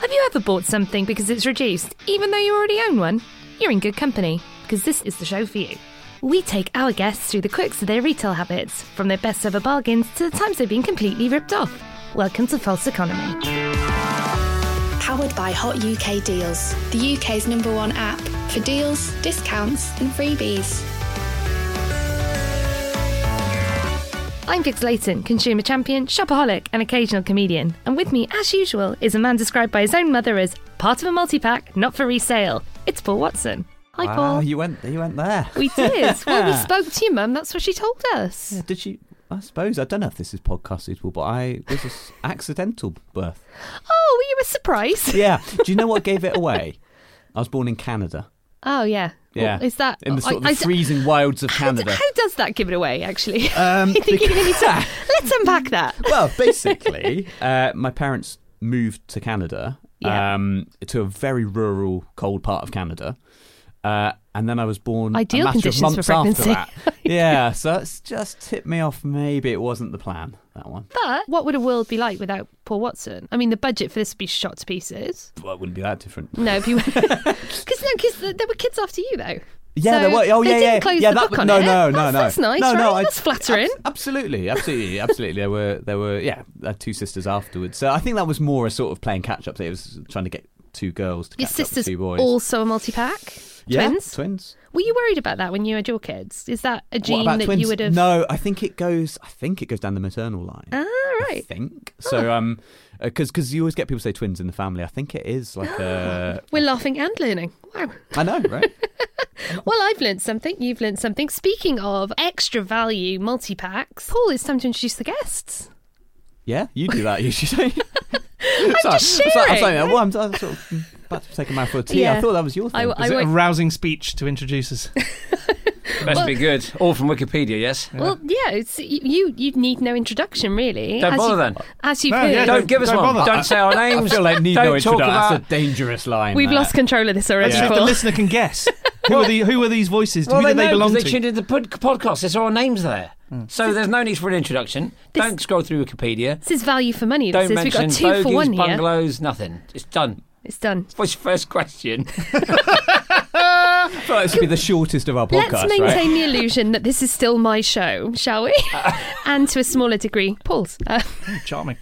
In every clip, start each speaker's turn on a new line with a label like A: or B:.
A: further bought something because it's reduced, even though you already own one, you're in good company because this is the show for you. We take our guests through the quirks of their retail habits, from their best ever bargains to the times they've been completely ripped off. Welcome to False Economy.
B: Powered by Hot UK Deals, the UK's number one app for deals, discounts, and freebies.
A: I'm Vix Layton, consumer champion, shopaholic, and occasional comedian. And with me, as usual, is a man described by his own mother as part of a multi pack, not for resale. It's Paul Watson. Hi,
C: Wow,
A: Paul.
C: you went you went there.
A: We did. well, we spoke to your mum. That's what she told us.
C: Yeah, did you? I suppose I don't know if this is podcast suitable, but I this is accidental birth.
A: Oh, were you a surprise?
C: Yeah. Do you know what gave it away? I was born in Canada.
A: Oh, yeah.
C: Yeah.
A: Well, is that
C: in the sort of the
A: I- I-
C: freezing wilds of
A: how d-
C: Canada?
A: How does that give it away? Actually,
C: Um,
A: I think you're
C: because-
A: gonna need to- let's unpack that.
C: well, basically, uh, my parents moved to Canada,
A: Yeah.
C: um, to a very rural, cold part of Canada. Uh, and then I was born
A: Ideal
C: a matter
A: conditions
C: of months
A: for pregnancy.
C: after that. yeah, so that's just tipped me off. Maybe it wasn't the plan, that one.
A: But what would a world be like without Paul Watson? I mean, the budget for this would be shot to pieces.
C: Well, it wouldn't be that different.
A: No, if you because no, because there were kids after you though.
C: Yeah,
A: So
C: there were. Oh,
A: they
C: yeah,
A: didn't
C: yeah,
A: Close
C: yeah.
A: the
C: that
A: book
C: was-
A: on
C: no,
A: it.
C: no, no,
A: that's,
C: no.
A: That's nice,
C: no,
A: right?
C: no, I-
A: that's flattering.
C: abs- absolutely, absolutely, absolutely. There were, there were, yeah, I had two sisters afterwards. So I think that was more a sort of playing catch up. It was trying to get two girls to
A: Your
C: catch up with
A: sister's
C: two boys.
A: also a multi-pack.
C: yeah,
A: twins.
C: twins.
A: Were you worried about that when you had your kids? Is that a
C: what
A: gene
C: about
A: that
C: twins?
A: you would have?
C: No, I think it goes. I think it goes down the maternal line.
A: Ah,
C: I
A: right. Ah.
C: think so. Um, because because you always get people say twins in the family. I think it is like a.
A: We're laughing and learning. Wow.
C: I know, right?
A: Well, I've learnt something. You've learnt something. Speaking of extra value multi packs, Paul, it's time to introduce the guests.
C: Yeah, you do that usually. I'm
A: just
C: I'm
A: sharing.
C: sorry, I'm, I'm sort of about to take a mouthful of tea.
A: Yeah.
C: I thought that was your thing.
A: I, I
D: Is it a
A: won't-
D: rousing speech to introduce us?
E: Best be good. All from Wikipedia, yes?
A: well, yeah, it's, you you need no introduction really.
E: Don't bother
A: you,
E: then.
A: As you've
D: No,
A: heard,
D: yeah,
E: Don't, give us
D: don't
E: one.
D: bother.
E: Don't say our
C: need
E: names. don't
C: no
E: talk
C: introduction.
E: about.
C: That's a dangerous line.
A: we've
C: there.
A: lost control of this already,
D: If the
A: Paul.
D: listener can guess. Who are, the, who are these voices?
E: well,
D: who
E: they,
D: do they
E: know,
D: belong
E: 'cause
D: to?
E: they tuned into the pod- podcast. There's our names there. So there's no need for an introduction.
A: This-
E: don't scroll through Wikipedia.
A: This is value for money.
E: Don't
A: This is. We've
E: mention
A: got two
E: bogies,
A: for one here.
E: bungalows, nothing. It's done.
A: It's done.
E: What's your first question?
C: Well, this would be the shortest of our podcasts,
A: Let's
C: right?
A: maintain the illusion that this is still my show, shall we?
E: Uh,
A: and to a smaller degree, Paul's. Uh,
D: Charming.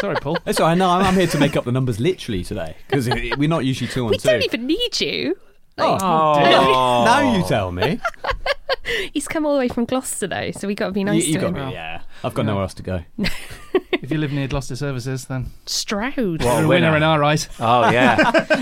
D: Sorry, Paul.
C: That's all right. No, I'm, I'm here to make up the numbers literally today because we're not usually two on
A: we
C: two.
A: don't even need you.
C: Oh,
E: Oh.
C: now you tell me.
A: He's come all the way from Gloucester though, so we got to be nice
C: you, you
A: to
C: got
A: him.
C: me. Yeah, I've got nowhere else to go.
D: If you live near Gloucester Services, then
A: Stroud.
E: What
D: you're a winner in our eyes.
E: Oh, yeah.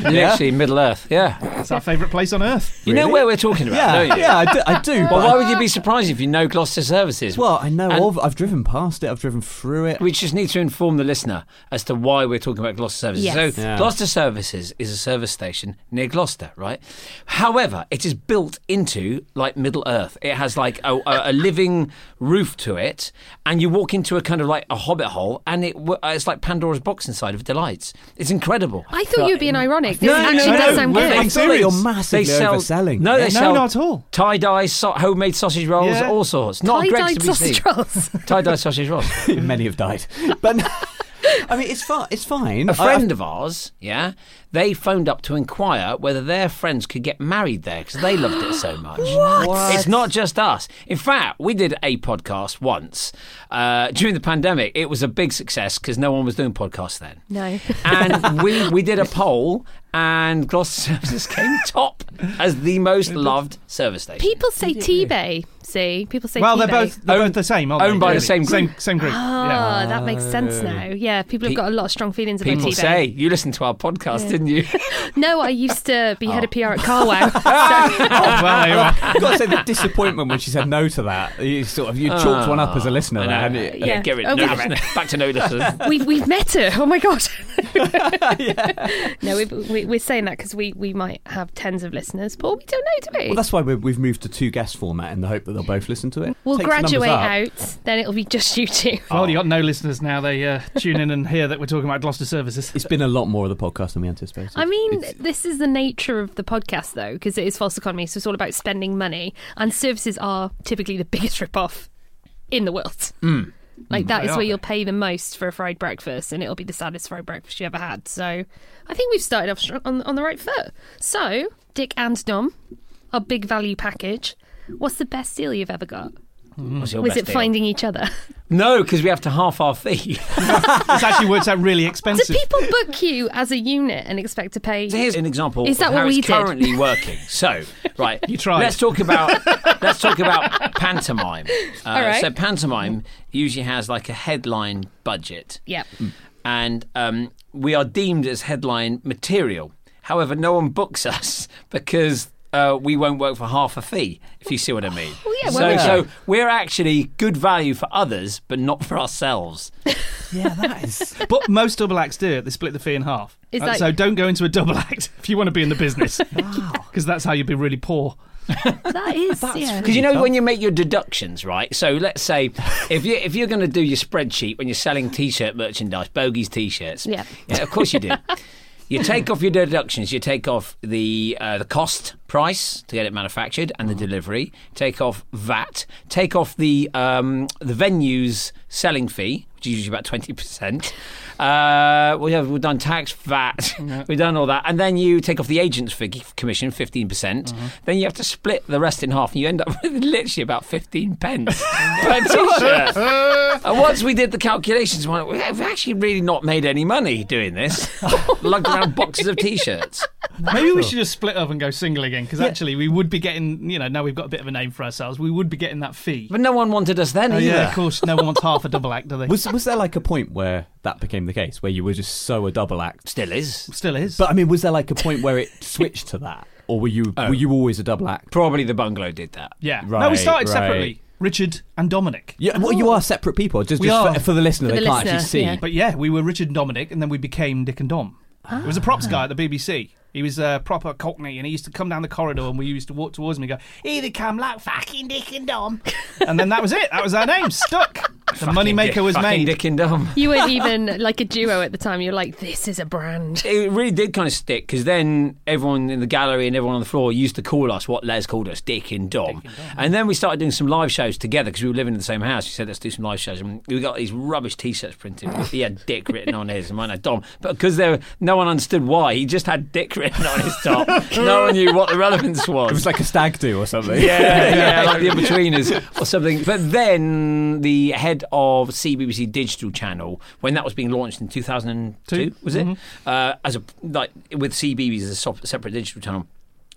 E: Literally, Middle Earth. Yeah.
D: It's our favourite place on earth.
E: You know where we're talking about,
C: Yeah,
E: don't you?
C: yeah, I do. I do
E: Well,
C: but
E: why
C: I-
E: would you be surprised if you know Gloucester Services?
C: well, I know
E: And-
C: of. I've driven past it. I've driven through it.
E: We just need to inform the listener as to why we're talking about Gloucester Services.
A: Yes.
E: So,
C: Yeah.
E: Gloucester Services is a service station near Gloucester, right? However, it is built into like Middle Earth. It has like a, a, a living roof to it, and you walk into a kind of like a hobbit hole, and it w- it's like Pandora's box inside of delights. It's incredible.
A: I thought you were being ironic. This
E: No, no,
A: actually
E: no,
A: does
E: no.
A: sound
E: Well,
A: good.
C: I
E: they
C: feel
E: sell
C: like you're
E: it.
C: massively
E: They sell-
C: overselling
E: No, they
C: it.
D: No,
E: sell
D: not at all.
E: Tie dye, so- homemade sausage rolls,
D: Yeah.
E: all sorts. Not a Greg's
A: Tie-dyed
E: to be
A: sausage rolls.
E: Tie dye sausage rolls.
C: Many have died, but no, I mean, it's fine. It's fine.
E: A
C: I-
E: friend of ours, yeah, they phoned up to inquire whether their friends could get married there because they loved it so much. what? It's not just us. In fact, we did a podcast once uh, during the pandemic. It was a big success because no one was doing podcasts then.
A: No.
E: and we, we did a poll, and Gloucester Services came top as the most loved service station.
A: People say T-Bay. See, people say
D: Well, they're
A: T-Bay.
D: both, they're
E: Owned-
D: both the same, aren't they?
E: owned by the same group.
D: Same, same group.
A: Oh,
D: yeah.
A: that makes sense now. Yeah, people have
E: Pe-
A: got a lot of strong feelings about
E: People
A: T-Bay.
E: say you listened to our podcast, didn't you?
A: No, I used to be head of PR at Carwow. So,
D: Well, there you are.
C: I've got to say the disappointment when she said no to that. You sort of you chalked one up as a listener, there, hadn't you?
A: Yeah.
E: get rid
A: Oh,
E: of no,
A: we-
E: listener. Back to no listeners.
A: we've, we've met her. Oh my God. No, we, we, we're saying that because we, we might have tens of listeners, but we don't know, do we?
C: Well, that's why we- we've moved to two guest format in the hope that they'll both listen to it.
A: we'll
C: Takes the numbers
A: graduate
C: up.
A: out, then it'll be just you two.
D: Well, you got no listeners now. They uh, tune in and hear that we're talking about Gloucester Services.
C: It's been a lot more of the podcast than we anticipated.
A: I mean,
C: It's-
A: this is the nature of the podcast, though, because it is false economy, so it's all about spending money, and services are typically the biggest rip-off in the world.
F: Like that
D: They
F: is
D: are
F: where you'll
D: good.
F: pay the most for a fried breakfast, and it'll be the saddest fried breakfast you ever had. So I think we've started off str- on on the right foot. So Dick and Dom, our big value package. What's the best deal you've ever got?
E: What's your
F: Was
E: best
F: it
E: deal?
F: finding each other?
E: No, because we have to half our fee.
D: This actually works out really
F: Do
D: expensive.
F: people book you as a unit and expect to pay?
E: So here's an example
F: Is that
E: of how
F: what we
E: it's
F: did?
E: currently working. So, right,
D: You tried.
E: Let's talk about let's talk about pantomime. Uh,
F: All right.
E: So pantomime usually has like a headline budget,
F: Yep.
E: and um, we are deemed as headline material. However, no one books us because. Uh, we won't work for half a fee, if you see what I mean.
F: Well, Oh, yeah,
E: so,
F: well,
E: so we're actually good value for others, but not for ourselves.
C: Yeah, that is.
D: But most double acts do it. They split the fee in half.
F: It's
D: Uh,
F: like-
D: so don't go into a double act if you want to be in the business. Because that's how you'd be really poor.
F: That is. yeah.
E: Because you know when you make your deductions, right? So let's say if you if you're going to do your spreadsheet when you're selling t-shirt merchandise, bogies t-shirts,
F: Yeah.
E: of course you do. You take off your deductions. You take off the uh, the cost price to get it manufactured and the delivery. Take off VAT. Take off the um, the venue's selling fee, which is usually about twenty percent. Uh, we have we've done tax, VAT, we've done all that, and then you take off the agent's fee, commission, fifteen percent. Then you have to split the rest in half, and you end up with literally about fifteen pence per t-shirt. And Uh, once we did the calculations, we went, we've actually really not made any money doing this. Lugged around boxes of t-shirts.
D: Maybe we should just split up and go single again. Because actually, we would be getting, you know, now we've got a bit of a name for ourselves, we would be getting that fee.
E: But no one wanted us then
D: Oh,
E: either.
D: yeah, of course, no one wants half a double act, do they?
C: Was was there like a point where that became the case, where you were just so a double act?
E: Still is.
D: Still is.
C: But I mean, was there like a point where it switched to that, or were you
D: Oh.
C: were you always a double act?
E: Probably the bungalow did that.
D: yeah. no, we
C: Right,
D: started
C: right.
D: separately Richard and Dominic.
C: Yeah, well, you are separate people. Just,
D: We
C: just
D: are.
C: for, for the listener,
F: For the
C: they can't
F: listener,
C: actually see.
F: yeah.
D: But yeah, we were Richard and Dominic, and then we became Dick and Dom. It was a props guy at the BBC. He was a proper Cockney, and he used to come down the corridor, and we used to walk towards him and go, "Either come like fucking Dick and Dom," and then that was it. That was our name. Stuck. The moneymaker was
E: Fucking
D: made.
E: Dick and Dom.
F: You weren't even like a duo at the time. You're like, this is a brand.
E: It really did kind of stick because then everyone in the gallery and everyone on the floor used to call us what Les called us, Dick and Dom. And then we started doing some live shows together because we were living in the same house. She said, let's do some live shows. And we got these rubbish t shirts printed. he had Dick written on his and mine had Dom. But because there, no one understood why, he just had Dick written on his top. no one knew what the relevance
C: It was like a stag do or something.
E: yeah, yeah, like the in-betweeners or something. But then the head of CBBC Digital Channel, when that was being launched in 2002, was it? Uh, as a like with CBBS as a sop- separate digital channel.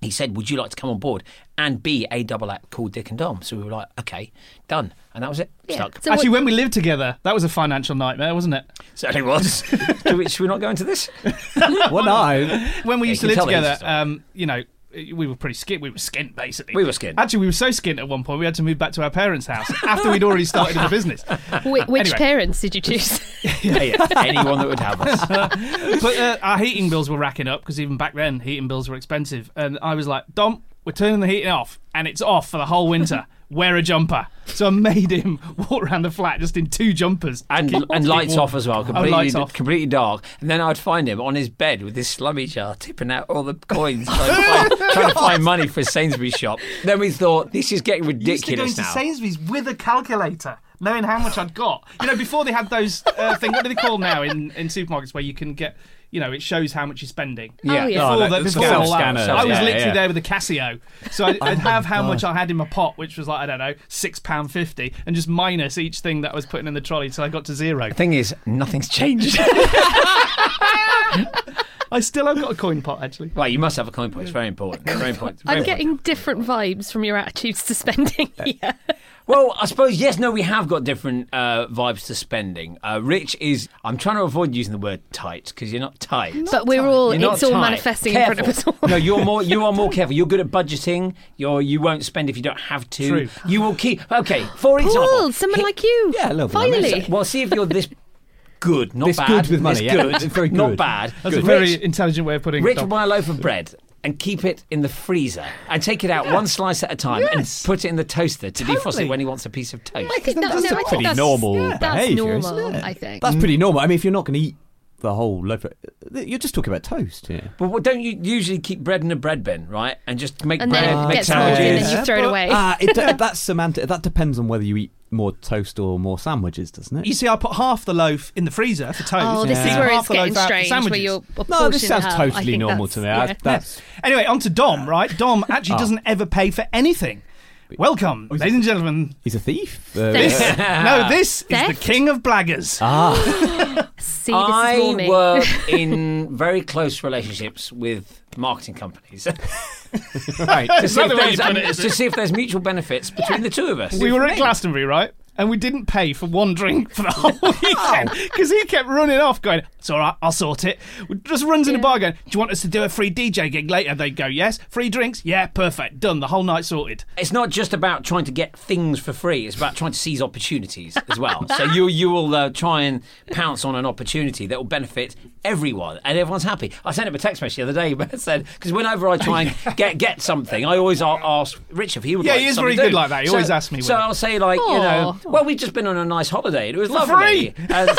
E: He said, "Would you like to come on board and be a double act called Dick and Dom?" So we were like, "Okay, done," and that was it. Stuck.
F: So
D: Actually,
F: what-
D: when we lived together, that was a financial nightmare, wasn't it?
E: Certainly was. Do we, should we not go into this?
C: Well, no.
D: When we
E: Yeah,
D: used
E: you
D: to live
E: can tell
D: together,
E: it's a story.
D: um, you know, we were pretty skint. We were skint, basically.
E: We were skint.
D: Actually, we were so skint at one point, we had to move back to our parents' house after we'd already started in the business.
C: uh,
F: Whi- which
D: Anyway.
F: parents did you choose?
E: Yeah, Anyone that would have us.
D: but uh, our heating bills were racking up because even back then heating bills were expensive and i was like dom we're turning the heating off and it's off for the whole winter wear a jumper so i made him walk around the flat just in two jumpers
E: and and lights off as well, completely
D: Oh, lights off.
E: completely dark. And then I'd find him on his bed with this slummy jar, tipping out all the coins, trying, to find, trying to find money for a Sainsbury's shop. Then we thought this is getting ridiculous now.
D: sainsbury's with a calculator knowing how much i'd got you know before they had those uh, things what do they call now in, in supermarkets where you can get you know it shows how much you're spending
F: Oh, yeah.
D: before
C: Oh,
D: the,
C: that-
D: before
C: self
D: all that.
C: scanners,
D: I was
C: yeah,
D: literally
C: yeah. Oh
D: there with a Casio, so I'd, I'd have how much I had in my pot, which was like I don't know six pound fifty, and just minus each thing that I was putting in the trolley till I got to zero.
E: The thing is, nothing's changed.
D: I still have got a coin pot actually.
E: well, you must have a coin point. It's very important. Very important. Very
F: I'm
E: important.
F: getting different vibes from your attitudes to spending. yeah.
E: Well, I suppose yes, no, we have got different uh, vibes to spending. Uh, Rich is. I'm trying to avoid using the word tight because you're not tight.
F: But we're all,
E: You're not
F: it's all
E: tight.
F: manifesting in front of us
E: Careful.
F: all.
E: no, you're more. You are more careful. You're good at budgeting. You're. You won't spend if you don't have to.
D: True.
E: You will keep. Okay. For example,
F: Cool, someone
E: he-
F: like you.
C: Yeah, I love one.
F: Finally.
E: Well, see if you're this good, not
C: This
E: bad.
C: good with money,
E: This
C: yeah.
E: good,
C: Very
E: not
C: good.
E: bad.
D: That's
E: Rich,
D: a very intelligent way of putting
E: Rich
D: it.
E: will buy a loaf of bread. And keep it in the freezer, and take it out one slice at a time,
D: Yes.
E: and put it in the toaster to defrost it
D: Totally.
E: when he wants a piece of toast.
F: I think that, no,
C: That's
F: I
C: a
F: think
C: pretty
F: that's,
C: normal
F: That's
C: behaviour,
F: normal,
C: isn't it?
F: I think.
C: That's pretty normal. I mean, if you're not going to eat the whole loaf. Of, you're just talking about toast here.
E: But what, don't you usually keep bread in a bread bin, right? And just make
F: And
E: bread,
C: Uh,
F: then it
E: make
F: gets soggy and
E: sandwiches.
F: then you
D: Yeah,
F: throw it
D: but-
F: away.
C: Ah, it, de- that's semantic. That depends on whether you eat more toast or more sandwiches, doesn't it?
D: You see, I put half the loaf in the freezer for toast.
F: oh, this
D: and
F: is where
D: half
F: it's
D: the
F: getting
D: loaf out for
F: strange. Where
D: sandwiches.
F: you're
C: no, this
F: apportioning
C: sounds
F: it up. I
C: totally
F: think
C: normal
F: that's-
C: to me.
F: yeah.
C: I, that's
D: Anyway, on to Dom, right? Dom actually doesn't ever pay for anything. Welcome, ladies and gentlemen.
C: he's a thief. Uh,
F: Thief.
D: This, no, this is
F: Theft?
D: the king of blaggers.
C: ah,
F: See, this is
E: I
F: warming.
E: work in very close relationships with marketing companies
C: right.
E: to, see if
D: the way
E: there's,
D: you put it,
E: and to see if there's mutual benefits between the two of us.
D: we were at Glastonbury, right? And we didn't pay for one drink for the whole weekend because he kept running off, going, "It's all right, I'll sort it." Just runs in the bar, going, "Do you want us to do a free DJ gig later?" They go, "Yes." Free drinks, yeah, perfect, done. The whole night sorted.
E: It's not just about trying to get things for free. It's about trying to seize opportunities as well. so you you will uh, try and pounce on an opportunity that will benefit everyone, and everyone's happy. I sent him a text message the other day that said because whenever I try and get get something, I always a- ask Rich if he would.
D: Yeah,
E: like
D: he is very
E: something to
D: good
E: do.
D: like that. He
E: So-
D: always asks me
E: So
D: when-
E: I'll say like you know, well we've just been on a nice holiday and it was lovely.
D: free.
E: And-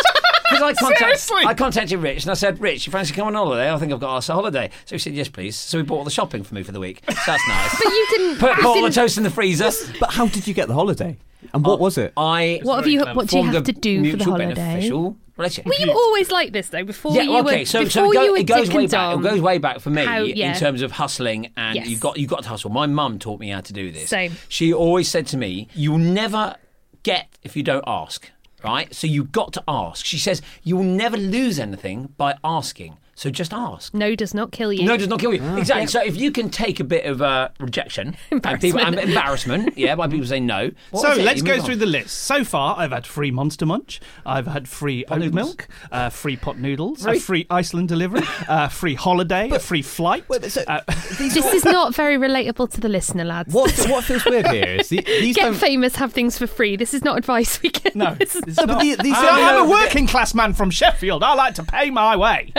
E: Because I, contact,
D: Seriously?
E: I contacted Rich and I said, Rich, you fancy coming on holiday? I think I've got us a holiday. So he said, yes, please. So he bought all the shopping for me for the week. So that's nice.
F: But you didn't.
E: Put
F: you
E: all the
F: didn't-
E: toast in the freezer.
C: But how did you get the holiday? And what was it?
E: I
F: what have you? What do you
E: formed
F: have to
E: a
F: do for the
E: mutual
F: holiday?
E: Beneficial relationship.
F: Were you always like this though? Before
E: yeah,
F: you
E: okay.
F: were,
E: so, so
F: before
E: it, go-
F: you were
E: it goes
F: Dick
E: way
F: and
E: back.
F: Dom,
E: It goes way back for me
F: How- yeah.
E: in terms of hustling, and
F: Yes.
E: you got you got to hustle. My mum taught me how to do this.
F: Same.
E: She always said to me, "You'll never get if you don't ask." Right. So you've got to ask. She says you will never lose anything by asking. So just ask.
F: No does not kill you.
E: No, it does not kill you. exactly. So if you can take a bit of uh, rejection and people and embarrassment, yeah, by people saying no. What was
D: so
E: it?
D: let's
E: You
D: go
E: move on.
D: through the list. So far, I've had free Monster Munch, I've had free oat
E: noodles.
D: milk, uh, free pot noodles, a free Iceland delivery, uh, free holiday, a free flight.
C: Wait, so-
D: uh,
F: this is not very relatable to the listener, lads.
C: What, what feels weird here is the, these
F: Get
C: don't.
F: famous, have things for free. This is not advice we can.
D: no,
F: this is
D: it's
C: No, but
D: not.
C: the- these
D: See,
C: don't-
D: I'm a working class man from Sheffield. I like to pay my way.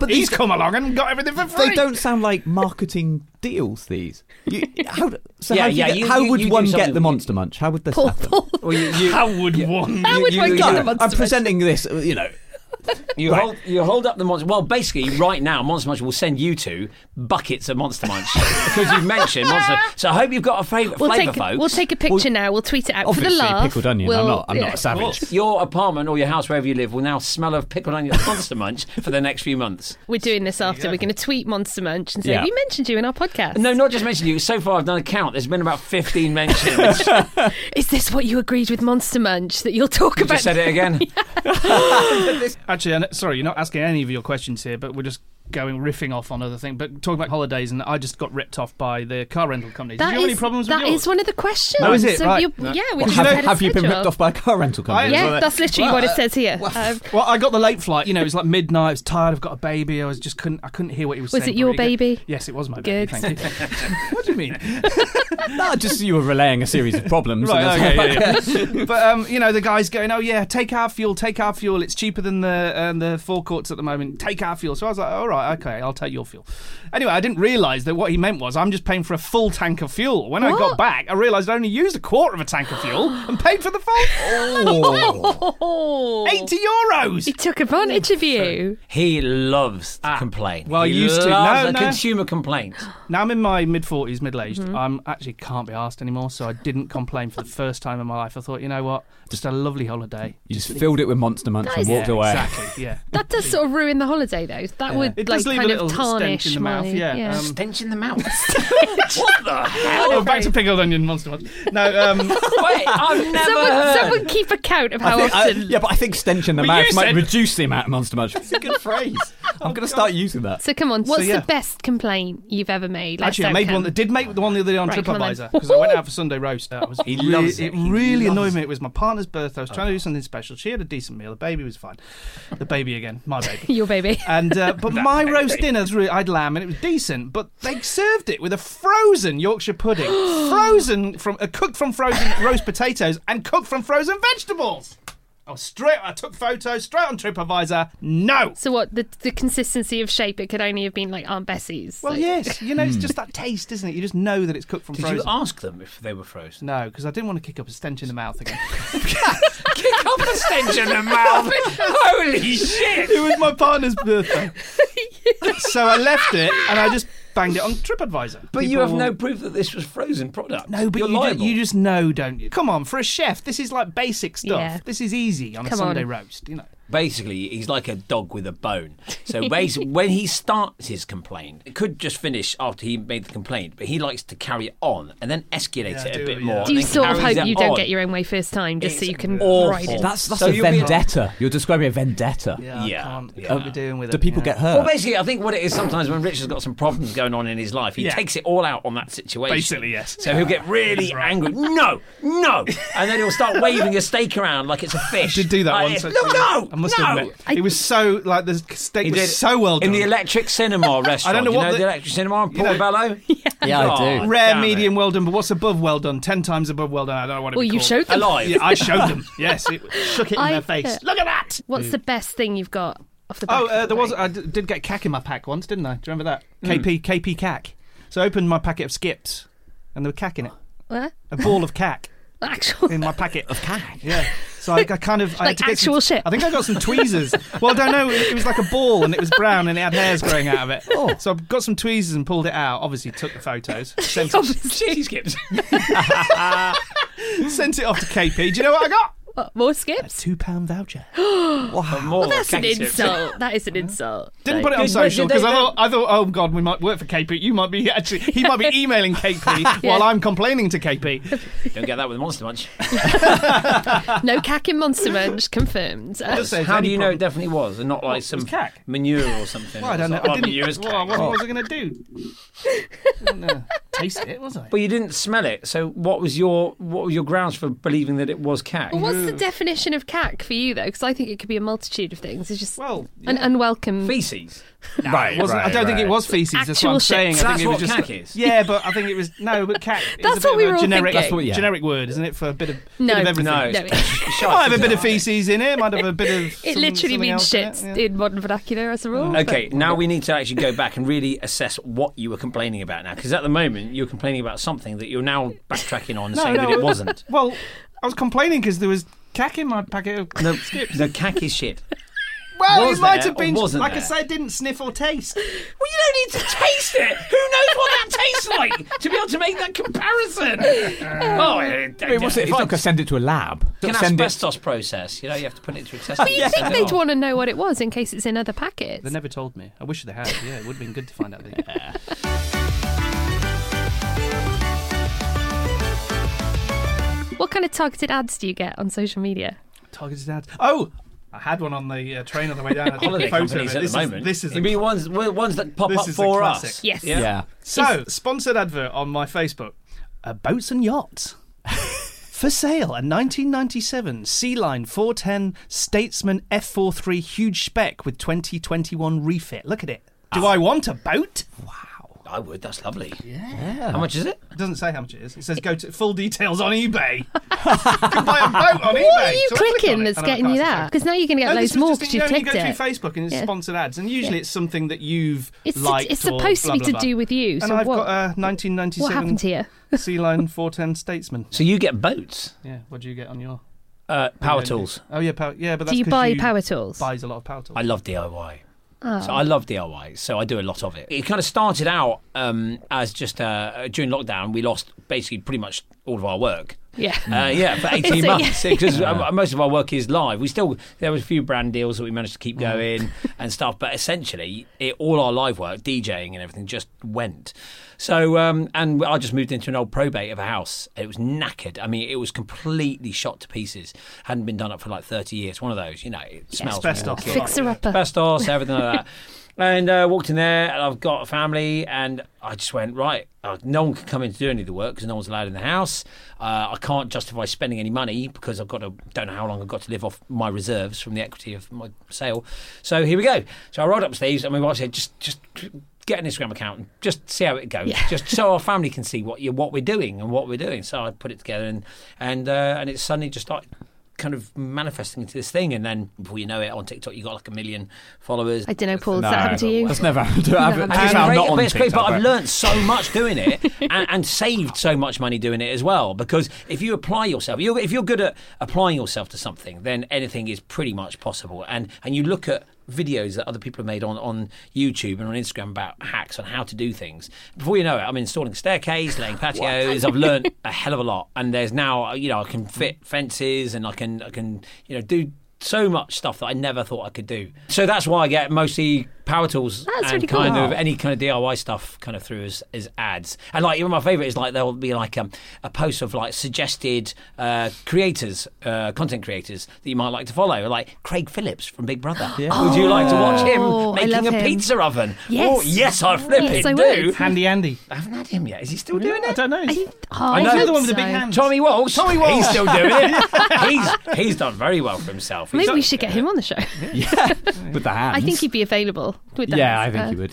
D: But he's come along and got everything for free.
C: They don't sound like marketing deals. These. You, how, do- so
E: Yeah,
C: how, do you
E: yeah,
C: get-
E: you-
C: how
E: you-
C: would
E: you do
C: one
E: something-
C: get the monster munch? How would this
F: Paul,
C: happen?
F: Paul,
E: Well, you, you,
D: How would one?
F: How would
E: you-
F: one
E: you-
F: get
E: you-
F: the monster
C: I'm
F: munch?
C: presenting this. You know,
E: You hold you hold up the monster. Well, basically, right now, Monster Munch will send you two buckets of Monster Munch because you've mentioned Monster. So I hope you've got a favourite
F: We'll
E: flavour,
F: take,
E: folks.
F: we'll take a picture now. We'll tweet it out for the
C: obviously
F: laugh.
C: pickled onion.
F: We'll-
C: I'm not. I'm
F: yeah.
C: not a savage.
E: your apartment or your house, wherever you live, will now smell of pickled onion Monster Munch for the next few months.
F: We're doing this after. We're going to tweet Monster Munch and say
C: Yeah.
F: we mentioned you in our podcast.
E: No, not just mention you. So far, I've done a count. There's been about 15 mentions.
F: Is this what you agreed with Monster Munch that you'll talk about?
E: just said it again.
D: Actually, I'm- sorry, you're not asking any of your questions here, but we're just going riffing off on other things. But talking about holidays, and I just got ripped off by the car rental companies.
F: That
D: Did you have any
F: is-
D: problems with
F: that
D: yours?
F: is one of the questions.
D: No, is it?
F: So
D: Right.
F: you- Yeah, we just
C: have,
F: had a
C: have you been ripped
F: schedule.
C: off by a car rental company?
F: Yeah, that's literally what it says here. Um,
D: uh, Well, I got the late flight. You know, it was like midnight. I was tired. I've got a baby. I was just couldn't. I couldn't hear what he was,
F: Was
D: saying.
F: it your
D: properly.
F: baby?
D: Yes, it was my
F: Good.
D: baby. Thank you. what do you mean?
C: No, just you were relaying a series of problems. and
D: Right,
C: that's-
D: okay, yeah, yeah. but um, you know, the guy's going, "Oh yeah, take our fuel, take our fuel. It's cheaper than the um, the forecourts at the moment. Take our fuel." So I was like, "All right, okay, I'll take your fuel." Anyway, I didn't realise that what he meant was I'm just paying for a full tank of fuel. When I
F: What?
D: got back, I realised I only used a quarter of a tank of fuel and paid for the full
F: Oh.
D: eighty euros.
F: He took advantage of you.
E: He loves to complain.
D: well,
E: he
D: used to. No,
E: loves a
D: no.
E: consumer complaint.
D: Now I'm in my mid 40s, middle aged.
F: Mm-hmm.
D: I'm actually can't be asked anymore, so I didn't complain for the first time in my life. I thought, you know what, just a lovely holiday.
C: You just filled it with monster munch and
F: Nice.
C: walked away.
D: Exactly, yeah.
F: That does sort of ruin the holiday, though. That would
D: It
F: like
D: does leave
F: kind
D: a little
F: of tarnish
D: stench in the
F: my.
D: mouth, yeah. Um,
E: Stench in the mouth. what the hell?
D: Oh, back to pickled onion monster munch. No, um,
E: Wait, I've never
F: someone,
E: heard.
F: someone keep a count of
C: I
F: how
C: think- I-
F: often.
C: yeah, but I think stench in the
D: Well, you
C: mouth might
D: said-
C: reduce the amount of monster
F: Oh,
C: munch. It's a good phrase. I'm going to start using that.
F: So come on, what's
D: yeah.
F: the best complaint you've ever made? Let's
D: actually, I
F: don't
D: made one
F: count.
D: that did make the one the other day on
F: Right, come on then.
D: TripAdvisor because I went out for Sunday roast. That was
E: He
D: really-
E: loves it. Oh. He
D: really
E: loves
D: annoyed me. It was my partner's birthday. I was trying to do something special. She had a decent meal. The baby was fine. The baby again, my baby.
F: Your baby.
D: And uh, but my roast dinner's really, I'd lamb and it was decent, but they served it with a frozen Yorkshire pudding, frozen from uh, cooked from frozen roast potatoes and cooked from frozen vegetables. I I was straight. I took photos straight on TripAdvisor. No.
A: So what? The, the consistency of shape. It could only have been like Aunt Bessie's.
D: Well,
A: like-
D: yes. You know, it's just that taste, isn't it? You just know that it's cooked from
E: Hmm. Did
D: frozen.
E: you ask them if they were frozen?
D: no, because I didn't want to kick up a stench in the mouth again.
E: Kick up a stench in the mouth. Holy shit!
D: it was my partner's birthday. so I left it and I just banged it on TripAdvisor.
E: But you
D: People-
E: have no proof that this was frozen product.
D: No, but
E: You're
D: you, ju-
E: liable.
D: you just know, don't you? Come on, for a chef, this is like basic stuff.
A: Yeah.
D: This is easy on a
A: Come
D: Sunday
A: on.
D: roast, you know.
E: basically he's like a dog with a bone. So bas- when he starts his complaint, it could just finish after he made the complaint, but he likes to carry it on and then escalate
D: Yeah,
E: it a
D: do
E: bit
D: it,
E: more.
D: yeah.
E: and
A: Do you
E: then
A: sort of
E: carries
A: hope
E: it
A: you don't
E: on.
A: get your own way first time, just so
E: It's
A: you can
E: awful.
A: ride it?
C: That's that's
E: So
C: a
E: you'll be-
C: vendetta. You're describing a vendetta.
D: Yeah,
E: Yeah,
D: I can't,
E: yeah.
D: can't be doing with it.
C: Do people
D: yeah.
C: get hurt?
E: Well, basically, I think what it is sometimes when Richard's got some problems going on in his life, he
D: Yeah.
E: takes it all out on that situation.
D: Basically, yes.
E: So he'll get really angry. No, no, and then he'll start waving a steak around like it's a fish.
D: Did do that
E: Like,
D: once.
E: No,
D: actually.
E: no,
D: I must
E: no.
D: admit, it was so like the steak was so well done.
E: in the electric cinema restaurant.
D: know
E: you
D: what
E: know
D: the-
E: the electric cinema on
D: know-
E: Portobello.
C: yeah, I
E: God.
C: do.
D: Rare,
E: Damn it.
D: medium, well done. But what's above well done? Ten times above well done. I don't know what it.
A: Well, you
D: called.
A: showed them.
E: Alive.
D: Yeah, I showed them. Yes, it shook it in
A: I-
D: their face.
A: yeah.
D: Look at that. Mm.
A: What's the best thing you've got off the back?
D: Oh,
A: of
D: uh,
A: the
D: there was.
A: day?
D: I d- did get cack in my pack once, didn't I? Do you remember that?
E: Hmm.
D: KP KP cack. So I opened my packet of skips, and there were cack in it.
A: What?
D: A ball of cack
A: actual.
D: in my packet of cack. Yeah. So I, I kind of I had
A: Like
D: to get
A: actual
D: some,
A: shit.
D: I think I got some tweezers. well, I don't know. It, it was like a ball, and it was brown, and it had hairs growing out of it. Oh. So I got some tweezers and pulled it out. Obviously, took the photos. Sent it,
E: Shitty skips.
D: sent it off to KP. Do you know what I got?
A: What, more skips?
D: Two pound voucher.
E: More
A: That's an
E: cack strips.
A: insult. That is an insult.
D: Uh-huh. Didn't
A: Like-
D: put it on
E: Did- but
D: social
E: did they
D: because I thought,
E: then-
D: I thought, oh god, we might work for KP. You might be actually, he might be emailing KP while I'm complaining to KP.
E: Don't get that with Monster Munch.
D: uh,
A: No cack in Monster Munch confirmed. Uh,
D: Just say
E: How
D: any
E: do you know
D: problem-
E: it definitely was, and not like
D: was
E: some
D: cack?
E: manure or something?
D: Well, I don't know.
E: It's
D: I
E: not
D: didn't.
E: manure, it's
D: well,
E: cack.
D: what, what was I going to do? Didn't, uh, taste it, was I?
E: But you didn't smell it. So what was your what were your grounds for believing that it was cack?
A: What's the definition of cack for you though? Because I think it could be a multitude of things. It's just
D: Well,
A: an unwelcome.
E: Feces.
D: Right, wasn't, I don't think it was feces. that's what
A: Actual
D: I'm
A: shit.
D: saying.
E: So
D: I think
E: that's
D: it was
E: what
D: just,
E: cack is?
D: Yeah, but I think it was no, but cack. is
A: That's
D: a bit
A: what we
D: of a
A: were all
D: generic,
A: thinking. That's what-
C: yeah.
D: generic word, isn't it, for a bit of
A: No.
D: bit of everything?
E: No,
A: No,
E: it's
D: I have a bit of feces in it. Might have a bit of.
A: It
D: some-
A: literally
D: something
A: means
D: else in it,
A: shit
D: yeah. Uh,
A: in modern vernacular as a rule.
E: Okay, now we need to actually go back and really assess what you were complaining about now, because at the moment you're complaining about something that you're now backtracking on, and saying that it wasn't.
D: Well, I was complaining because there was cack in my packet of
E: No, the cack is shit.
D: Well,
E: Was
D: it might
E: there
D: have
E: or
D: been.
E: wasn't
D: like I
E: there?
D: said, didn't sniff or taste.
E: Well, you don't need to taste it. Who knows what that tastes like to be able to make that comparison?
D: Uh,
E: oh, it,
C: Wait, what's it? It's
E: if I-
C: not gonna send it to a lab.
E: It's an
C: Send it-
E: asbestos process. You know, you have to put it through asbestos.
A: You think they'd want to know what it was in case it's in other packets?
D: They never told me. I wish they had. Yeah, it would have been good to find out.
A: What kind of targeted ads do you get on social media?
D: Targeted ads. Oh, I had one on the uh, train on the way down. I took a
E: holiday
D: photo of
E: companies
D: it.
E: at
D: this
E: the
D: is,
E: moment.
D: This is a-
E: It'd be ones well, ones that pop
D: This
E: up
D: is a
E: for
D: classic.
E: us.
A: Yes.
E: Yeah.
C: Yeah.
D: so sponsored advert on my Facebook. Uh, boats and yachts. For sale, a 1997 Sea Line 410 Statesman F43 huge spec with 2021 refit. Look at it.
A: Ah.
D: Do I want a boat?
E: I would. That's lovely. Yeah. How much is it?
D: It doesn't say how much it is. It says go to full details on eBay. you can buy a boat on eBay.
A: What are you
D: So I click on
A: clicking
D: it
A: that's
D: and I
A: getting you
D: can't see
A: that? Because now you're going to get
D: No,
A: loads
D: this was
A: more
D: just-
A: because
D: you
A: you've
D: know, when
A: clicked
D: you go
A: it.
D: through Facebook and it's
A: Yeah.
D: sponsored ads, and usually it's something that you've
A: It's,
D: liked.
A: it's
D: or
A: supposed to
D: blah,
A: be
D: blah,
A: to
D: blah.
A: do with you.
D: And
A: so
D: I've
A: what,
D: got uh, a
A: what happened
D: 1997
A: here?
D: Sea Line 410 Statesman.
E: So you get boats,
D: Yeah, what do you get on your
E: uh, power
D: Yeah,
E: tools.
D: Oh yeah, power, yeah, but that's
A: Do you
D: 'cause
A: buy power tools?
D: Buys a lot of power tools.
E: I love DIY. So I love DIY, so I do a lot of it. It kind of started out um, as just uh, during lockdown, we lost basically pretty much all of our work.
A: Yeah.
E: Uh, yeah, for 18
A: So, yeah.
E: months because most of our work is live. We still there was a few brand deals that we managed to keep going and stuff, but essentially it, all our live work, DJing and everything, just went. So um, and I just moved into an old probate of a house. It was knackered. I mean, it was completely shot to pieces. Hadn't been done up for like 30 years. One of those, you know, it smells. when you
D: Asbestos.
E: walk in.
A: Fixer upper.
E: Asbestos, everything like that. And uh, walked in there, and I've got a family, and I just went right. Uh, no one can come in to do any of the work because no one's allowed in the house. Uh, I can't justify spending any money because I've got to don't know how long I've got to live off my reserves from the equity of my sale. So here we go. So I rolled up my sleeves, and my wife said, "Just, just get an Instagram account and just see how it goes, just so our family can see what you what we're doing and what we're doing." So I put it together, and and uh, and it suddenly just started kind of manifesting into this thing, and then before you know it, on TikTok you got like a million followers.
F: I don't know, Paul. Does
C: No,
F: that happen to you?
C: That's never happened to I've-
F: happened to
C: to be
F: me.
C: fair, I'm
E: great-
C: not on
E: but it's great,
C: TikTok,
E: but I've
C: but-
E: learned so much doing it and, and saved so much money doing it as well. Because if you apply yourself, you're, if you're good at applying yourself to something, then anything is pretty much possible. And and you look at videos that other people have made on, on YouTube and on Instagram about hacks on how to do things. Before you know it, I'm installing staircase, laying patios. I've learned a hell of a lot. And there's now, you know, I can fit fences and I can I can you know do. So much stuff that I never thought I could do. So that's why I get mostly power tools
F: That's
E: and
F: really cool.
E: kind of any kind of DIY stuff kind of through as, as ads. And like my favorite is like there'll be like um, a post of like suggested uh, creators, uh, content creators that you might like to follow, like Craig Phillips from Big Brother. Would you like to watch
F: Oh, I
E: him making
F: love
E: a
F: him.
E: pizza oven?
F: Yes.
E: Oh, yes, I flip
F: Yes,
E: it.
F: I
E: do.
F: would.
D: Handy Andy.
E: I haven't had him yet. Is he still doing
D: I
E: it?
D: don't know.
F: I, oh,
D: I know
F: hope
D: the one with the big
F: so.
D: hand.
E: Tommy Walsh.
D: Tommy Walsh.
E: He's still doing it. he's he's done very well for himself. He's
F: Maybe we
E: done-
F: should get him on the show.
C: with the hands.
A: I think he'd be available. With that.
C: Yeah, I
A: Uh,
C: think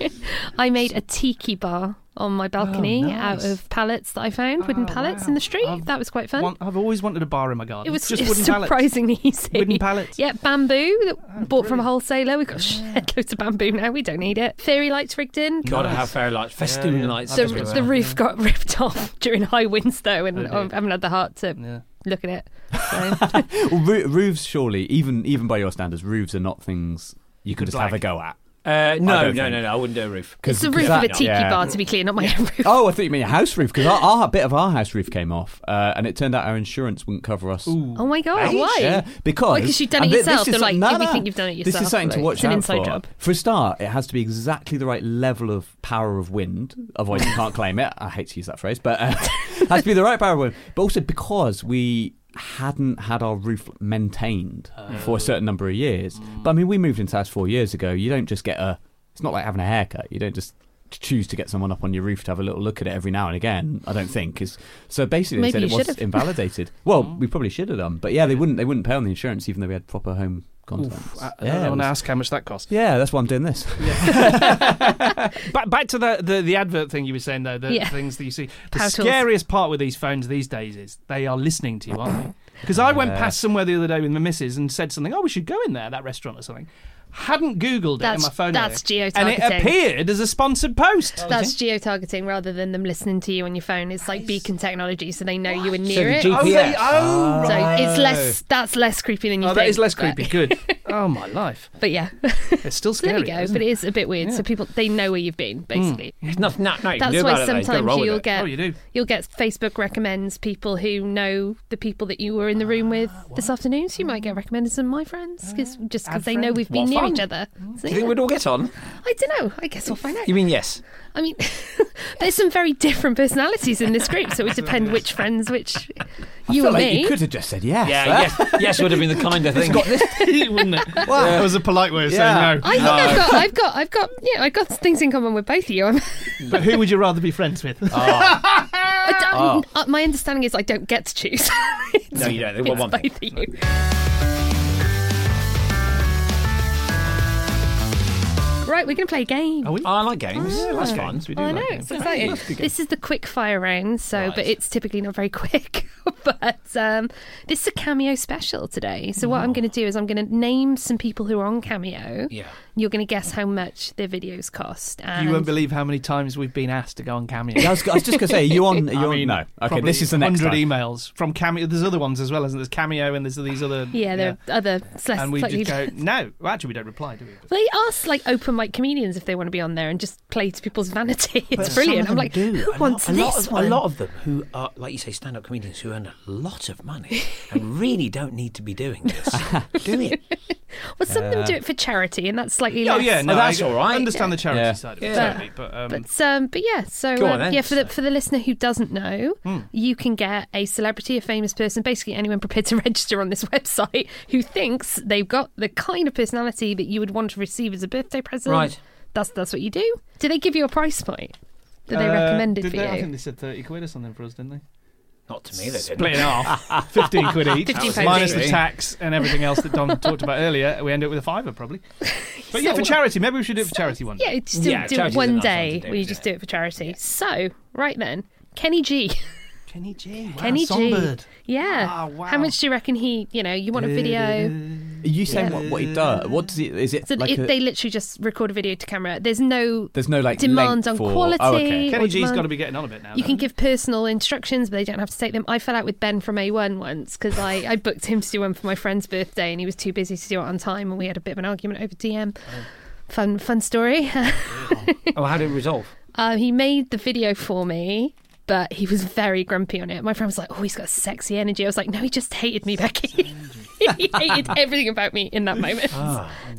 C: would.
A: I made a tiki bar on my balcony
D: Oh,
A: out of pallets that I found, wooden pallets in the street.
D: I've-
A: that was quite fun.
D: One- I've always wanted a bar in my garden.
A: it was
D: just
A: it's
D: wooden pallets.
A: surprisingly easy.
D: Wooden pallets. Oh,
A: Yeah, bamboo that bought from a wholesaler. We've got shed loads of bamboo now. We don't need it. Fairy lights rigged in.
E: Gotta have fairy lights, festoon lights.
A: The,
E: everywhere.
A: the roof got ripped off during high winds though, and I haven't had the heart to
D: Yeah.
A: look at it. So,
C: Well, roo- roofs, surely, even even by your standards, roofs are not things you can
D: Good
C: just
D: black.
C: have a go at.
E: Uh, no, no,
C: don't
E: no,
C: think-
E: no, I wouldn't do a roof.
A: it's the roof
C: that-
A: of a tiki
C: yeah.
A: bar, to be clear, not my own roof.
C: Oh, I thought you meant a house roof because our, our bit of our house roof came off, uh, and it turned out our insurance wouldn't cover us.
A: Oh my god,
C: Right?
A: why?
C: Yeah, because
A: Why, 'cause you've done it
C: and thi-
A: yourself.
C: This is
A: They're
C: some-
A: like,
C: no,
A: if you
C: no.
A: think you've done it
C: This
A: yourself,
C: is something to
A: like,
C: watch
A: it's an
C: out
A: inside
C: for.
A: job.
C: For a start, it has to be exactly the right level of power of wind, otherwise you can't claim it. I hate to use that phrase, but uh, it has to be the right power of wind. But also because we hadn't had our roof maintained for a certain number of years. But I mean, we moved into this house four years ago. You don't just get a. It's not like having a haircut. You don't just choose to get someone up on your roof to have a little look at it every now and again. I don't think. 'cause- so basically,
A: Maybe
C: they said
A: you
C: it
A: should
C: was
A: have.
C: invalidated. Well, we probably should have done, but yeah, they wouldn't. They wouldn't pay on the insurance, even though we had proper home contacts.
D: Oof, I,
C: yeah,
D: I
C: it
D: want
C: was-
D: to ask how much that cost.
C: yeah, that's why I'm doing this.
D: Back, back to the, the the advert thing you were saying though, the
A: Yeah.
D: things that you see. The
A: Power tools.
D: scariest part with these phones these days is they are listening to you, aren't they? Because I went
C: Yeah.
D: past somewhere the other day with my missus and said something. Oh, we should go in there, that restaurant or something. Hadn't Googled it in
A: That's-
D: my phone.
A: that's
D: earlier, and it
A: geotargeting.
D: appeared as a sponsored post.
A: That's geo targeting rather than them listening to you on your phone. It's like beacon technology, so they know you were
E: So
A: near
E: the
A: it.
E: GPS.
D: Oh, they- oh,
A: so
D: right.
A: it's less. That's less creepy than you
D: Oh,
A: think.
D: that is less
A: but-
D: creepy. Good. Oh my life.
A: But yeah,
D: It's still
A: there
D: scary.
A: we go.
D: isn't
A: But
D: it?
A: it is a bit weird. So people they know where you've been basically.
E: There's nothing, no, no, you can
A: That's
E: do about
A: why
E: it, though. You gotta
A: sometimes
E: roll with
A: you'll
E: it.
A: get
D: Oh, you do.
A: you'll get Facebook recommends people who know the people that you were in the
D: Ah,
A: room with this afternoon. So you might get recommended some of my friends because just because
D: Add Hmm.
A: they know
D: friend.
A: we've been
E: What
A: near
E: fun.
A: each other. So,
E: Do you think
A: yeah.
E: we'd all get on?
A: I don't know. I guess we'll find out.
E: You mean yes?
A: I mean, there's some very different personalities in this group, so it would depend which friends, which you
C: Felt
A: and
C: like
A: me.
C: you could have just said yes.
E: Yeah,
C: huh?
E: yes, yes would have been the kinder thing.
D: Wouldn't it? That was a polite way of
C: Yeah.
D: saying no.
A: I think I've got, I've got, I've got, yeah, I've got things in common with both of you. I'm,
D: But who would you rather be friends with?
A: I don't- uh, my understanding is I don't get to choose.
E: Ah. no, you don't. They want
A: It's
E: one thing.
A: both of you. Right, we're going to play a game.
D: Are we?
E: Oh, I like games. That's fun.
D: We do
A: Oh, I
D: like
A: know,
D: games.
A: it's exciting. This is the quick fire round, so
E: Right.
A: but it's typically not very quick. but um, this is a cameo special today. So what I'm going to do is I'm going to name some people who are on cameo.
E: Yeah.
A: You're going to guess how much their videos cost. And
D: You won't believe how many times we've been asked to go on Cameo.
C: I was, I was just gonna say you on you
D: I
C: on
D: mean,
C: no okay
D: probably
C: this is the next
D: 100
C: time.
D: emails from Cameo. There's other ones as well, isn't there? There's Cameo and there's these other.
A: yeah, there are other less
D: And we
A: slightly.
D: just go, no. Well, actually, we don't reply, do we?
A: they ask like open mic comedians if they want to be on there and just play to people's vanity. It's
E: Some
A: brilliant. I'm
E: of them
A: like,
E: do.
A: who
E: a
A: wants
E: lot, a
A: this
E: lot of,
A: one?
E: A lot of them who are, like you say, stand-up comedians who earn a lot of money and really don't need to be doing this. do it.
A: well, some of them do it for charity, and that's slightly
D: Oh,
A: less.
D: yeah, no.
E: Oh, that's
D: I
E: all right.
D: understand the charity
C: Yeah.
D: side of it,
E: Yeah.
D: totally. But, um,
A: But um, but yeah, so
E: Go on
A: um,
E: then.
A: yeah, for the for the listener who doesn't know, you can get a celebrity, a famous person, basically anyone prepared to register on this website who thinks they've got the kind of personality that you would want to receive as a birthday present.
E: Right.
A: That's that's what you do. Do they give you a price point that they
D: uh,
A: recommended
D: did
A: for
D: they-
A: you?
D: I think they said 30 quid or something for us, didn't they?
E: Not to me, they didn't.
D: Split in half. 15 quid each.
A: 15 pounds
D: minus
E: each.
D: the tax and everything else that Dom talked about earlier. We end up with a fiver, probably. But yeah,
A: So-
D: for charity. Maybe we should do it for charity one day.
A: yeah, just do,
E: Yeah,
A: do it
E: charity's a
A: one
E: nice one
A: day
E: to do,
A: where you
E: isn't
A: just
E: it?
A: do it for charity. So right then, Kenny G.
D: Kenny G. Wow,
A: Kenny
D: Ah, Songbird.
A: G. Yeah.
D: Ah, wow.
A: How much do you reckon he? You know, you want a video?
C: Are you saying what, what he does? What does he? Is it
A: So
C: like
A: if
C: a,
A: they literally just record a video to camera, there's no
C: there's no like
A: demand
C: length
A: on
C: for,
A: quality.
C: Oh, okay.
A: or
D: Kenny G's
A: demand-
D: got to be getting on a bit now.
A: You can
D: though.
A: give personal instructions, but they don't have to take them. I fell out with Ben from A1 once because I, I booked him to do one for my friend's birthday and he was too busy to do it on time and we had a bit of an argument over DM.
D: Oh.
A: Fun, fun story.
E: Oh, how did it resolve?
A: uh, he made the video for me, but he was very grumpy on it. My friend was like, "Oh, he's got sexy energy." I was like, "No, he just hated me, Becky. he hated everything about me in that moment."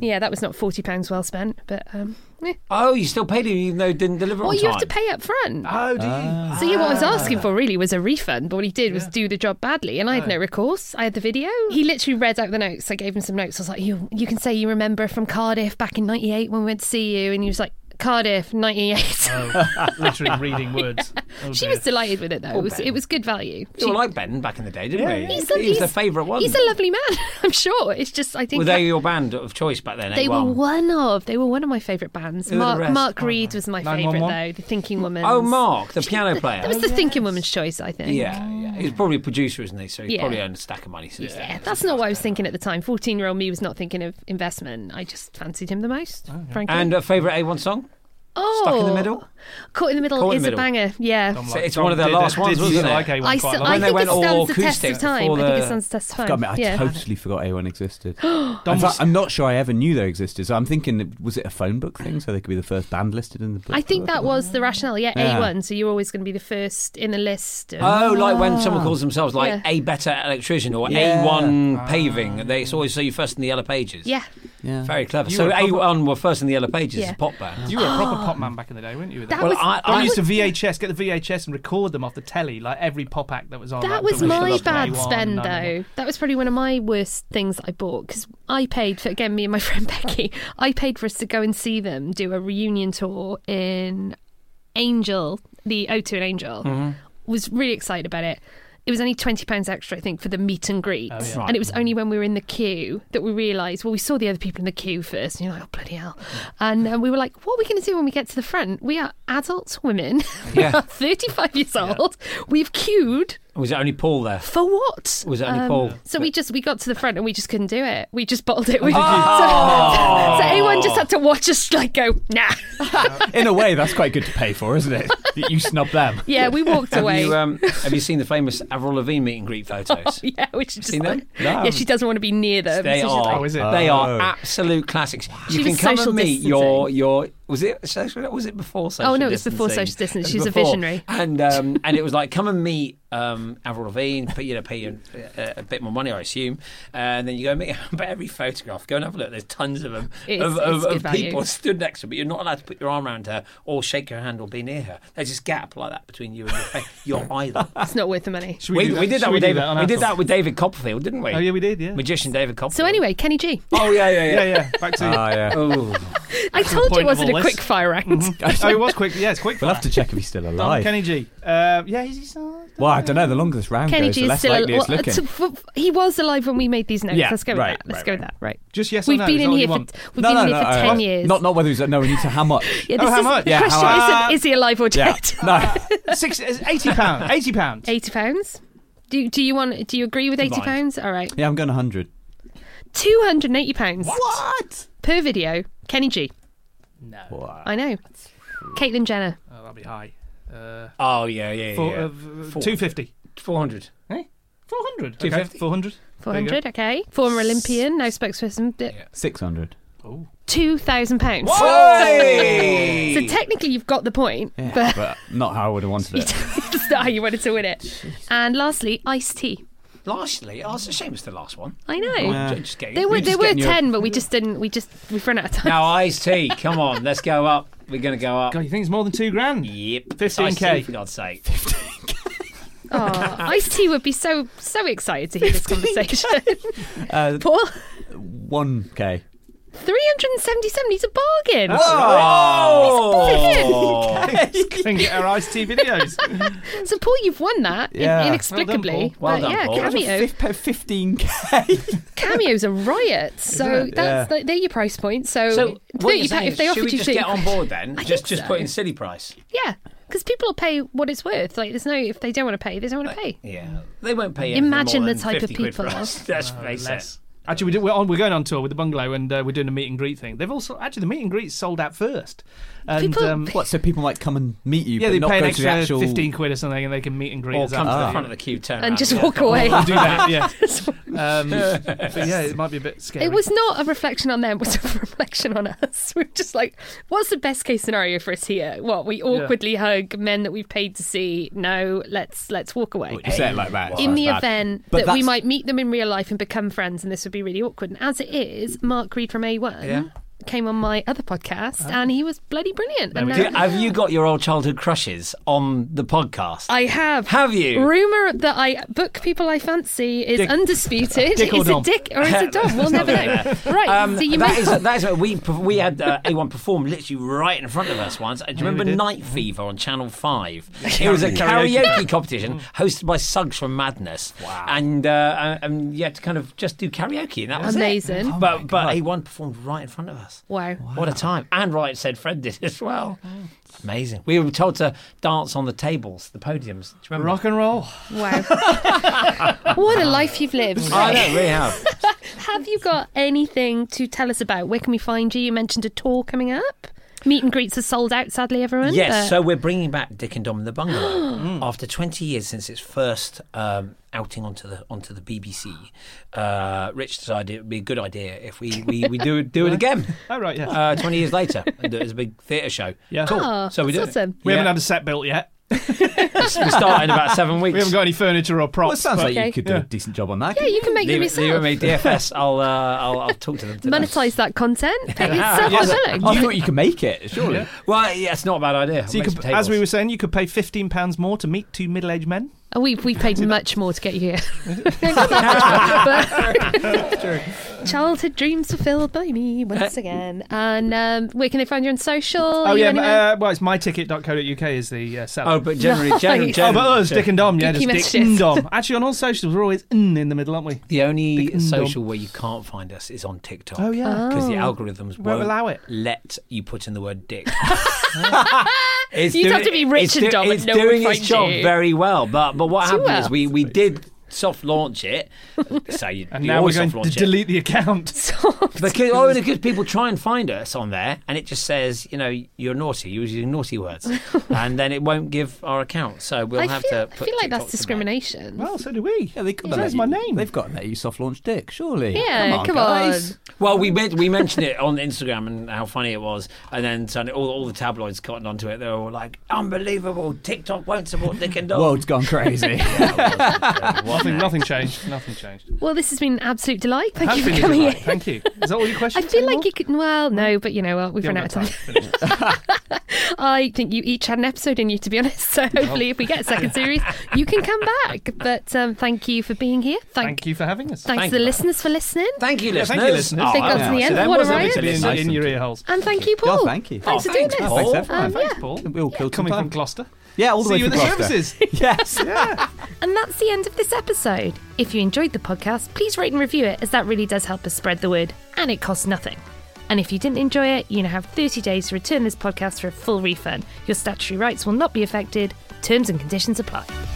A: Yeah, that was not forty pounds well spent, but um, eh.
E: Oh, you still paid him even though it didn't deliver
A: well,
E: on
A: you have to
E: time.
A: pay up front.
D: Oh, do you?
E: Ah.
A: So yeah, what I was asking for really was a refund, but what he did was do the job badly, and I had no recourse. I had the video. He literally read out the notes. I gave him some notes. I was like, "You, you can say you remember from Cardiff back in '98 when we went to see you," and he was like, "Cardiff '98."
D: Oh, literally reading words. Oh,
A: she
D: dear.
A: was delighted with it though. It was,
E: Oh, Ben.
A: it was good value.
E: We all liked Ben back in the day, didn't we?
A: He's a-
E: he was the
A: he's-
E: favourite one.
A: He's a lovely man. I'm sure. It's just I think
E: Were they your band of choice back then?
A: they
E: A1?
A: were one of they were one of my favourite bands.
E: Who are the
A: Mark
E: rest?
A: Mark Reed was my favourite
D: 911?
A: though. The Thinking Woman.
E: Oh, Mark, the piano player. Oh,
A: That was the Thinking Woman's choice, I think.
E: yeah, yeah. He's probably a producer, isn't he? So he
A: Mm. Yeah.
E: probably earned a stack of money since
A: Yeah,
E: then.
A: that's not what I was thinking at the time. 14 year old me was not thinking of investment. I just fancied him the most, frankly.
E: Oh, And a favourite A1 song?
A: oh,
E: Stuck in the Middle?
A: Caught in the Middle
E: Caught in
A: is
E: the
A: a
E: Middle.
A: banger. Yeah.
D: I'm
E: So
D: like,
E: it's one of their
D: did-
E: last ones,
D: did you
E: wasn't it?
D: like A1
A: I,
D: quite
A: still-
D: a lot?
A: I
E: When they
A: think it
E: went all
A: stands the test
E: acoustic
A: of time.
E: for
A: I think
E: the-
A: it stands the test of
C: God,
A: time.
C: man, I
A: yeah.
C: totally forgot A1 existed. In
D: Dom
C: fact,
D: was-
C: I'm not sure I ever knew they existed. So I'm thinking, was it a phone book thing? So they could be the first band listed in the book.
A: I think that was the rationale. Yeah,
C: Yeah.
A: A1, so you're always going to be the first in the list. of-
E: Oh, like when someone calls themselves like
A: Ah. Yeah.
E: a better electrician or
C: Yeah.
E: A1
D: Ah.
E: paving. They, it's always so you first in the yellow pages.
A: yeah.
C: Yeah.
E: Very clever.
D: You
E: so
D: were proper-
E: A1 were first in the yellow pages
A: Yeah.
E: as pop bands.
D: You were a proper pop man back in the day, weren't you? with
A: That
E: Well,
A: was
E: I-
D: Don't
E: I
D: use the VHS. Get the VHS and record them off the telly, like every pop act that was on.
A: That
D: like,
A: was
D: Double
A: my
D: Trouble,
A: bad
D: A1,
A: spend,
D: 911.
A: though. That was probably one of my worst things that I bought because I paid for again me and my friend Becky. I paid for us to go and see them do a reunion tour in Angel, the O2 and Angel. Was really excited about it. It was only twenty pounds extra, I think, for the meet and greet,
D: yeah.
A: and it was only when we were in the queue that we realised. Well, we saw the other people in the queue first, and you're like, "Oh bloody hell!" And uh, we were like, "What are we going to do when we get to the front? We are adult women, we
E: Yeah.
A: are thirty-five years old. We've queued
E: Was it only Paul there?
A: for what? Um,
E: Was it only Paul?
A: So we just we got to the front and we just couldn't do it. We just bottled it. We, so, so anyone just had to watch us like go nah.
C: In a way, that's quite good to pay for, isn't it? That you snub them.
A: Yeah, we walked away. Oh,
E: You, um, have you seen the famous Avril Lavigne meet and greet photos?
A: yeah, which is just
E: Seen them?
A: like, yeah, she doesn't want to be near them.
E: They
A: so she's
E: are.
A: like-
D: Oh, is it?
E: They
C: Oh.
E: are absolute classics. You
A: She
E: can
A: was
E: come
A: social
E: and meet
A: distancing.
E: your your. Was it social? Was it before social?
A: Oh, no, it was before
E: distancing?
A: social distance.
E: It was
A: She's a
E: before.
A: visionary.
E: And um, and it was like come and meet um, Avril Lavigne, put you know, pay you uh, a, a bit more money, I assume, and then you go and meet. her. But every photograph, go and have a look. There's tons of them
A: It's-
E: of, of,
A: it's good
E: of
A: value.
E: people stood next to her, but you're not allowed to put your arm around her or shake her hand or be near her. There's this gap like that between you and your face. You're either.
A: it's not worth the money.
D: Should
E: We,
D: do
E: we
D: Should
E: did that with
D: do
E: David.
D: on
E: we did
D: Apple?
E: that with David Copperfield, didn't we?
D: Oh yeah, we did. Yeah.
E: Magician David
A: So
E: Copperfield.
A: anyway, Kenny G.
E: Oh yeah, yeah,
D: Yeah, yeah. Back to.
C: Ah, yeah.
E: Oh,
A: I told you
D: point
A: it
D: of
A: wasn't
D: all
A: a
D: this.
A: quick fire round.
D: oh, it was quick. Yeah, it's quick.
C: We'll
D: fire.
C: have to check if he's still
D: Dom
C: alive.
D: Kenny G. Uh, yeah, is he still?
C: Well, I don't know. The longer this round
A: Kenny
C: goes,
A: G
C: the
A: is
C: less
A: still
C: likely
A: alive.
C: it's looking.
A: he was alive when we made these notes.
C: Yeah,
A: Let's go with
C: right,
A: that. Let's
C: right,
A: go
C: right.
A: with that. Right.
D: Just yes or
A: We've
D: no,
A: been
D: is
A: in
D: all
A: here
D: you
A: for
D: want.
A: we've been in here for
C: I-
A: ten years.
C: uh, Not not whether he's no. We need to how much.
A: yeah, this
D: Oh, how
A: is,
D: much?
A: The
D: Yeah, how
A: question
D: much?
A: isn't is he alive or
C: Yeah.
A: dead?
C: No.
D: Six, it's eighty pound. Eighty pound.
A: Eighty pounds. Do do you want? Do you agree with eighty
E: Combined.
A: pounds? All right,
C: Yeah, I'm going 100.
A: two hundred and eighty pounds
C: What?
A: per video. Kenny G.
D: No,
A: I know. Caitlyn Jenner.
D: oh, that'll be high. Uh,
E: oh yeah, yeah,
D: four,
E: yeah.
D: Uh, two fifty.
E: Four hundred.
D: Four hundred.
E: 250.
D: Four hundred.
A: Four hundred. Okay. Former Olympian. Now spokesperson.
C: 600.
A: Two thousand pounds. So
E: Hey!
A: technically, you've got the point,
C: Yeah,
A: but
C: but not how I would have wanted it.
A: it's not how you wanted to win it. And lastly, Ice Tea.
E: Lastly, oh, it's a shame it's the last one.
A: I know.
C: Yeah.
E: Just getting-
A: There were
C: You're
A: there
C: just
A: were
C: getting your-
A: ten, but we just didn't. We just we've run out of time.
E: Now, Ice T, come on, let's go up. We're going to go up.
D: God, you think it's more than two grand?
E: Yep. It's
D: 15K.
E: Ice T, for God's sake.
A: Oh, Ice Tea would be so so excited to hear this conversation.
C: Uh,
A: Paul,
C: 1K.
A: three hundred and seventy-seven. He's a bargain.
E: Oh!
D: and get our iced tea videos.
A: So Paul, you've won that in-
C: Yeah.
A: inexplicably.
E: Well
A: but
E: done, Paul. Well done,
A: yeah,
E: Paul.
A: cameo
C: Fif- 15K.
A: cameos are riot. So
C: it?
A: that's
C: Yeah.
A: th- they're your price point. So,
E: So, what
A: thirty
E: you're
A: pounds
E: saying,
A: if they
E: should
A: offered
E: we
A: you
E: just
A: to-
E: get on board then?
A: I
E: just
A: think
E: just
A: so.
E: put in silly price.
A: Yeah, Because people will pay what it's worth. Like, there's no, if they don't want to pay, they don't want to pay.
E: Yeah, they won't pay. anything
A: Imagine
E: more
A: the
E: than
A: type of
E: 50 quid for
A: people.
E: us. That's very sad.
D: Less. Actually, we do, we're, on, we're going on tour with the bungalow, and uh, we're doing a meet and greet thing. They've also actually the meet and greet sold out first, and um,
A: People-
C: What? So people might come and meet you,
D: yeah,
C: but
D: they
C: not
D: pay an
C: go to
D: extra
C: the actual.
D: fifteen quid or something, and they can meet and greet.
E: Or
D: us
E: Oh, come to
D: after.
E: the front of the queue, turn
A: And
E: around,
A: just
E: yeah,
A: walk
E: come on.
A: away.
D: do that, yeah. Um, but yeah, it might be a bit scary.
A: It was not a reflection on them. It was a reflection on us. We were just like, what's the best case scenario for us here? What we awkwardly hug men that we've paid to see. No, let's let's walk away.
C: You say it like that. it's
A: in the
C: bad.
A: event
C: But
A: that we
C: that's-
A: might meet them in real life and become friends, and this would be really awkward. And as it is, Mark Reed from A1
E: Yeah. Oh.
A: came on my other podcast, and he was bloody brilliant. And
E: Do you-
A: now-
E: have you got your old childhood crushes on the podcast?
A: I have.
E: Have you?
A: Rumor that I book people I fancy is undisputed.
D: Dick or
A: is it
D: dom?
A: dick or is it dom? We'll never know. Right.
E: Um,
A: so you
E: that
A: may
E: is that is we we had uh, A1 perform literally right in front of us once. Do you remember
D: we did.
E: Night Fever on Channel Five? It was a
D: Karaoke.
E: karaoke competition
A: Mm.
E: hosted by Suggs from Madness. Wow! And uh, and you had to kind of just do karaoke, and that was
A: Amazing. Oh
E: It. But but A1 performed right in front of us.
A: Wow. Oh,
E: What a time! And Riot said Fred did as well. Amazing. We were told to dance on the tables, the podiums. Do you remember?
D: rock and roll.
A: Wow. what a life you've lived.
E: I know we have.
A: Have you got anything to tell us about? Where can we find you? You mentioned a tour coming up. Meet and greets are sold out, sadly, everyone.
E: Yes,
A: but-
E: so we're bringing back Dick and Dom and the Bungalow after 20 years since its first um, outing onto the onto the BBC. Uh, Rich decided it would be a good idea if we we, we do it- do it again.
D: Oh right, yeah.
E: Uh, 20 years later, and do it as a big theatre show.
D: Yeah. Ah,
E: cool.
A: Oh,
E: so we do
A: that's
E: it.
A: awesome.
D: we
E: yeah.
D: haven't had a set built yet.
E: We start in about seven weeks.
D: We haven't got any furniture or props.
C: Well, it sounds
D: but-
C: like you could do a decent job on that.
A: yeah, you can make
E: leave,
A: them
E: it- leave
A: yourself.
E: it with me, DFS. I'll, uh, I'll I'll talk to them. Today.
A: Monetize that content. Pay yourself
D: Yes.
A: a
C: I
E: Oh.
A: billing.
C: thought you could make it, surely.
D: Yeah.
E: Well, yeah, it's not a bad idea.
D: So you
E: Make some
D: could, as we
E: tables.
D: were saying, you could pay fifteen pounds more to meet two middle-aged men.
A: Oh, we we paid much more to get you here. Not that much more, but- Childhood dreams fulfilled by me once
E: Eh.
A: again. And um, where can they find you on social?
D: Oh
A: Are you
D: yeah,
A: anywhere?
D: uh, well, it's myticket.co.uk is the uh, seller.
E: Oh, but generally, generally,
A: Nice.
D: Oh,
E: generally
D: but us, Dick and Dom, yeah,
A: Geeky
D: just Dick
A: messages.
D: and Dom. Actually, on all socials, we're always mm in the middle, aren't we?
E: the only
D: Dick and Dom.
E: social where you can't find us is on TikTok.
D: Oh yeah,
E: because the algorithms
D: Won't
E: won't,
D: allow it.
E: Let you put in the word dick. It's
A: You'd have to be rich
E: it's
A: and
E: do-
A: dumb and
E: It's
A: no one
E: doing
A: would
E: its
A: find
E: job
A: you.
E: very well, but but what happened
A: well.
E: is we we did soft launch it. So you,
D: and
E: you
D: now we're
E: always
D: going
E: soft
D: to
E: launch it.
D: delete the account.
E: Because, oh, because people try and find us on there, and it just says, you know, you're naughty. You're using naughty words, and then it won't give our account. So uh, we'll
A: I
E: have
A: feel,
E: to.
A: I
E: Put
A: feel like
E: TikTok to
A: that's
E: bed.
A: discrimination.
D: well, so do we.
C: Yeah, they could
D: It
C: let
D: says
C: you-
D: my name.
C: They've got to let you soft launch dick, surely.
A: Yeah,
C: come on.
A: come
C: guys.
E: Well, we men- we mentioned it on Instagram and how funny it was, and then suddenly all, all the tabloids cottoned onto it. They were all like, "Unbelievable! TikTok won't support Dick and Dom."
C: World's gone crazy.
D: Nothing, nothing changed. Nothing changed.
A: Well, this has been an absolute delight. Thank
D: Has
A: you for
D: been a
A: coming
D: delight.
A: in.
D: Thank you. Is that all your
A: I
D: questions?
A: feel like
D: anymore?
A: you could. Well, no, but you know what? We've
D: Yeah,
A: run
D: we've
A: out
D: got
A: of time. I think you each had an episode in you, to be honest. So hopefully, if we get a second series, you can come back. But um, thank you for being here. Thank,
D: Thank you for having us.
A: thanks
E: Thank
A: to the
E: you.
A: listeners for listening,
E: Thank you,
D: Yeah,
E: listeners.
D: thank you, listeners.
E: Oh,
A: They got to
E: wow.
A: the end.
E: So that
A: What a
E: was lovely
A: riot.
E: to
D: in,
E: listen to.
D: in your ear holes.
A: and thank you,
C: Oh,
A: Paul.
C: thank you.
A: Thanks
E: Oh,
A: for doing
E: thanks,
A: this.
E: Paul.
C: Thanks, everyone.
A: Um,
D: Thanks,
A: yeah.
D: Paul.
C: We all killed some
D: Coming from
C: time.
D: Gloucester.
C: Yeah, all the
D: See
C: way
D: you in
C: from
D: the
C: Gloucester.
D: services.
C: Yes.
A: Um, And that's the end of this episode. If you enjoyed the podcast, please rate and review it, as that really does help us spread the word, and it costs nothing. And if you didn't enjoy it, you now have 30 days to return this podcast for a full refund. Your statutory rights will not be affected. Terms and conditions apply.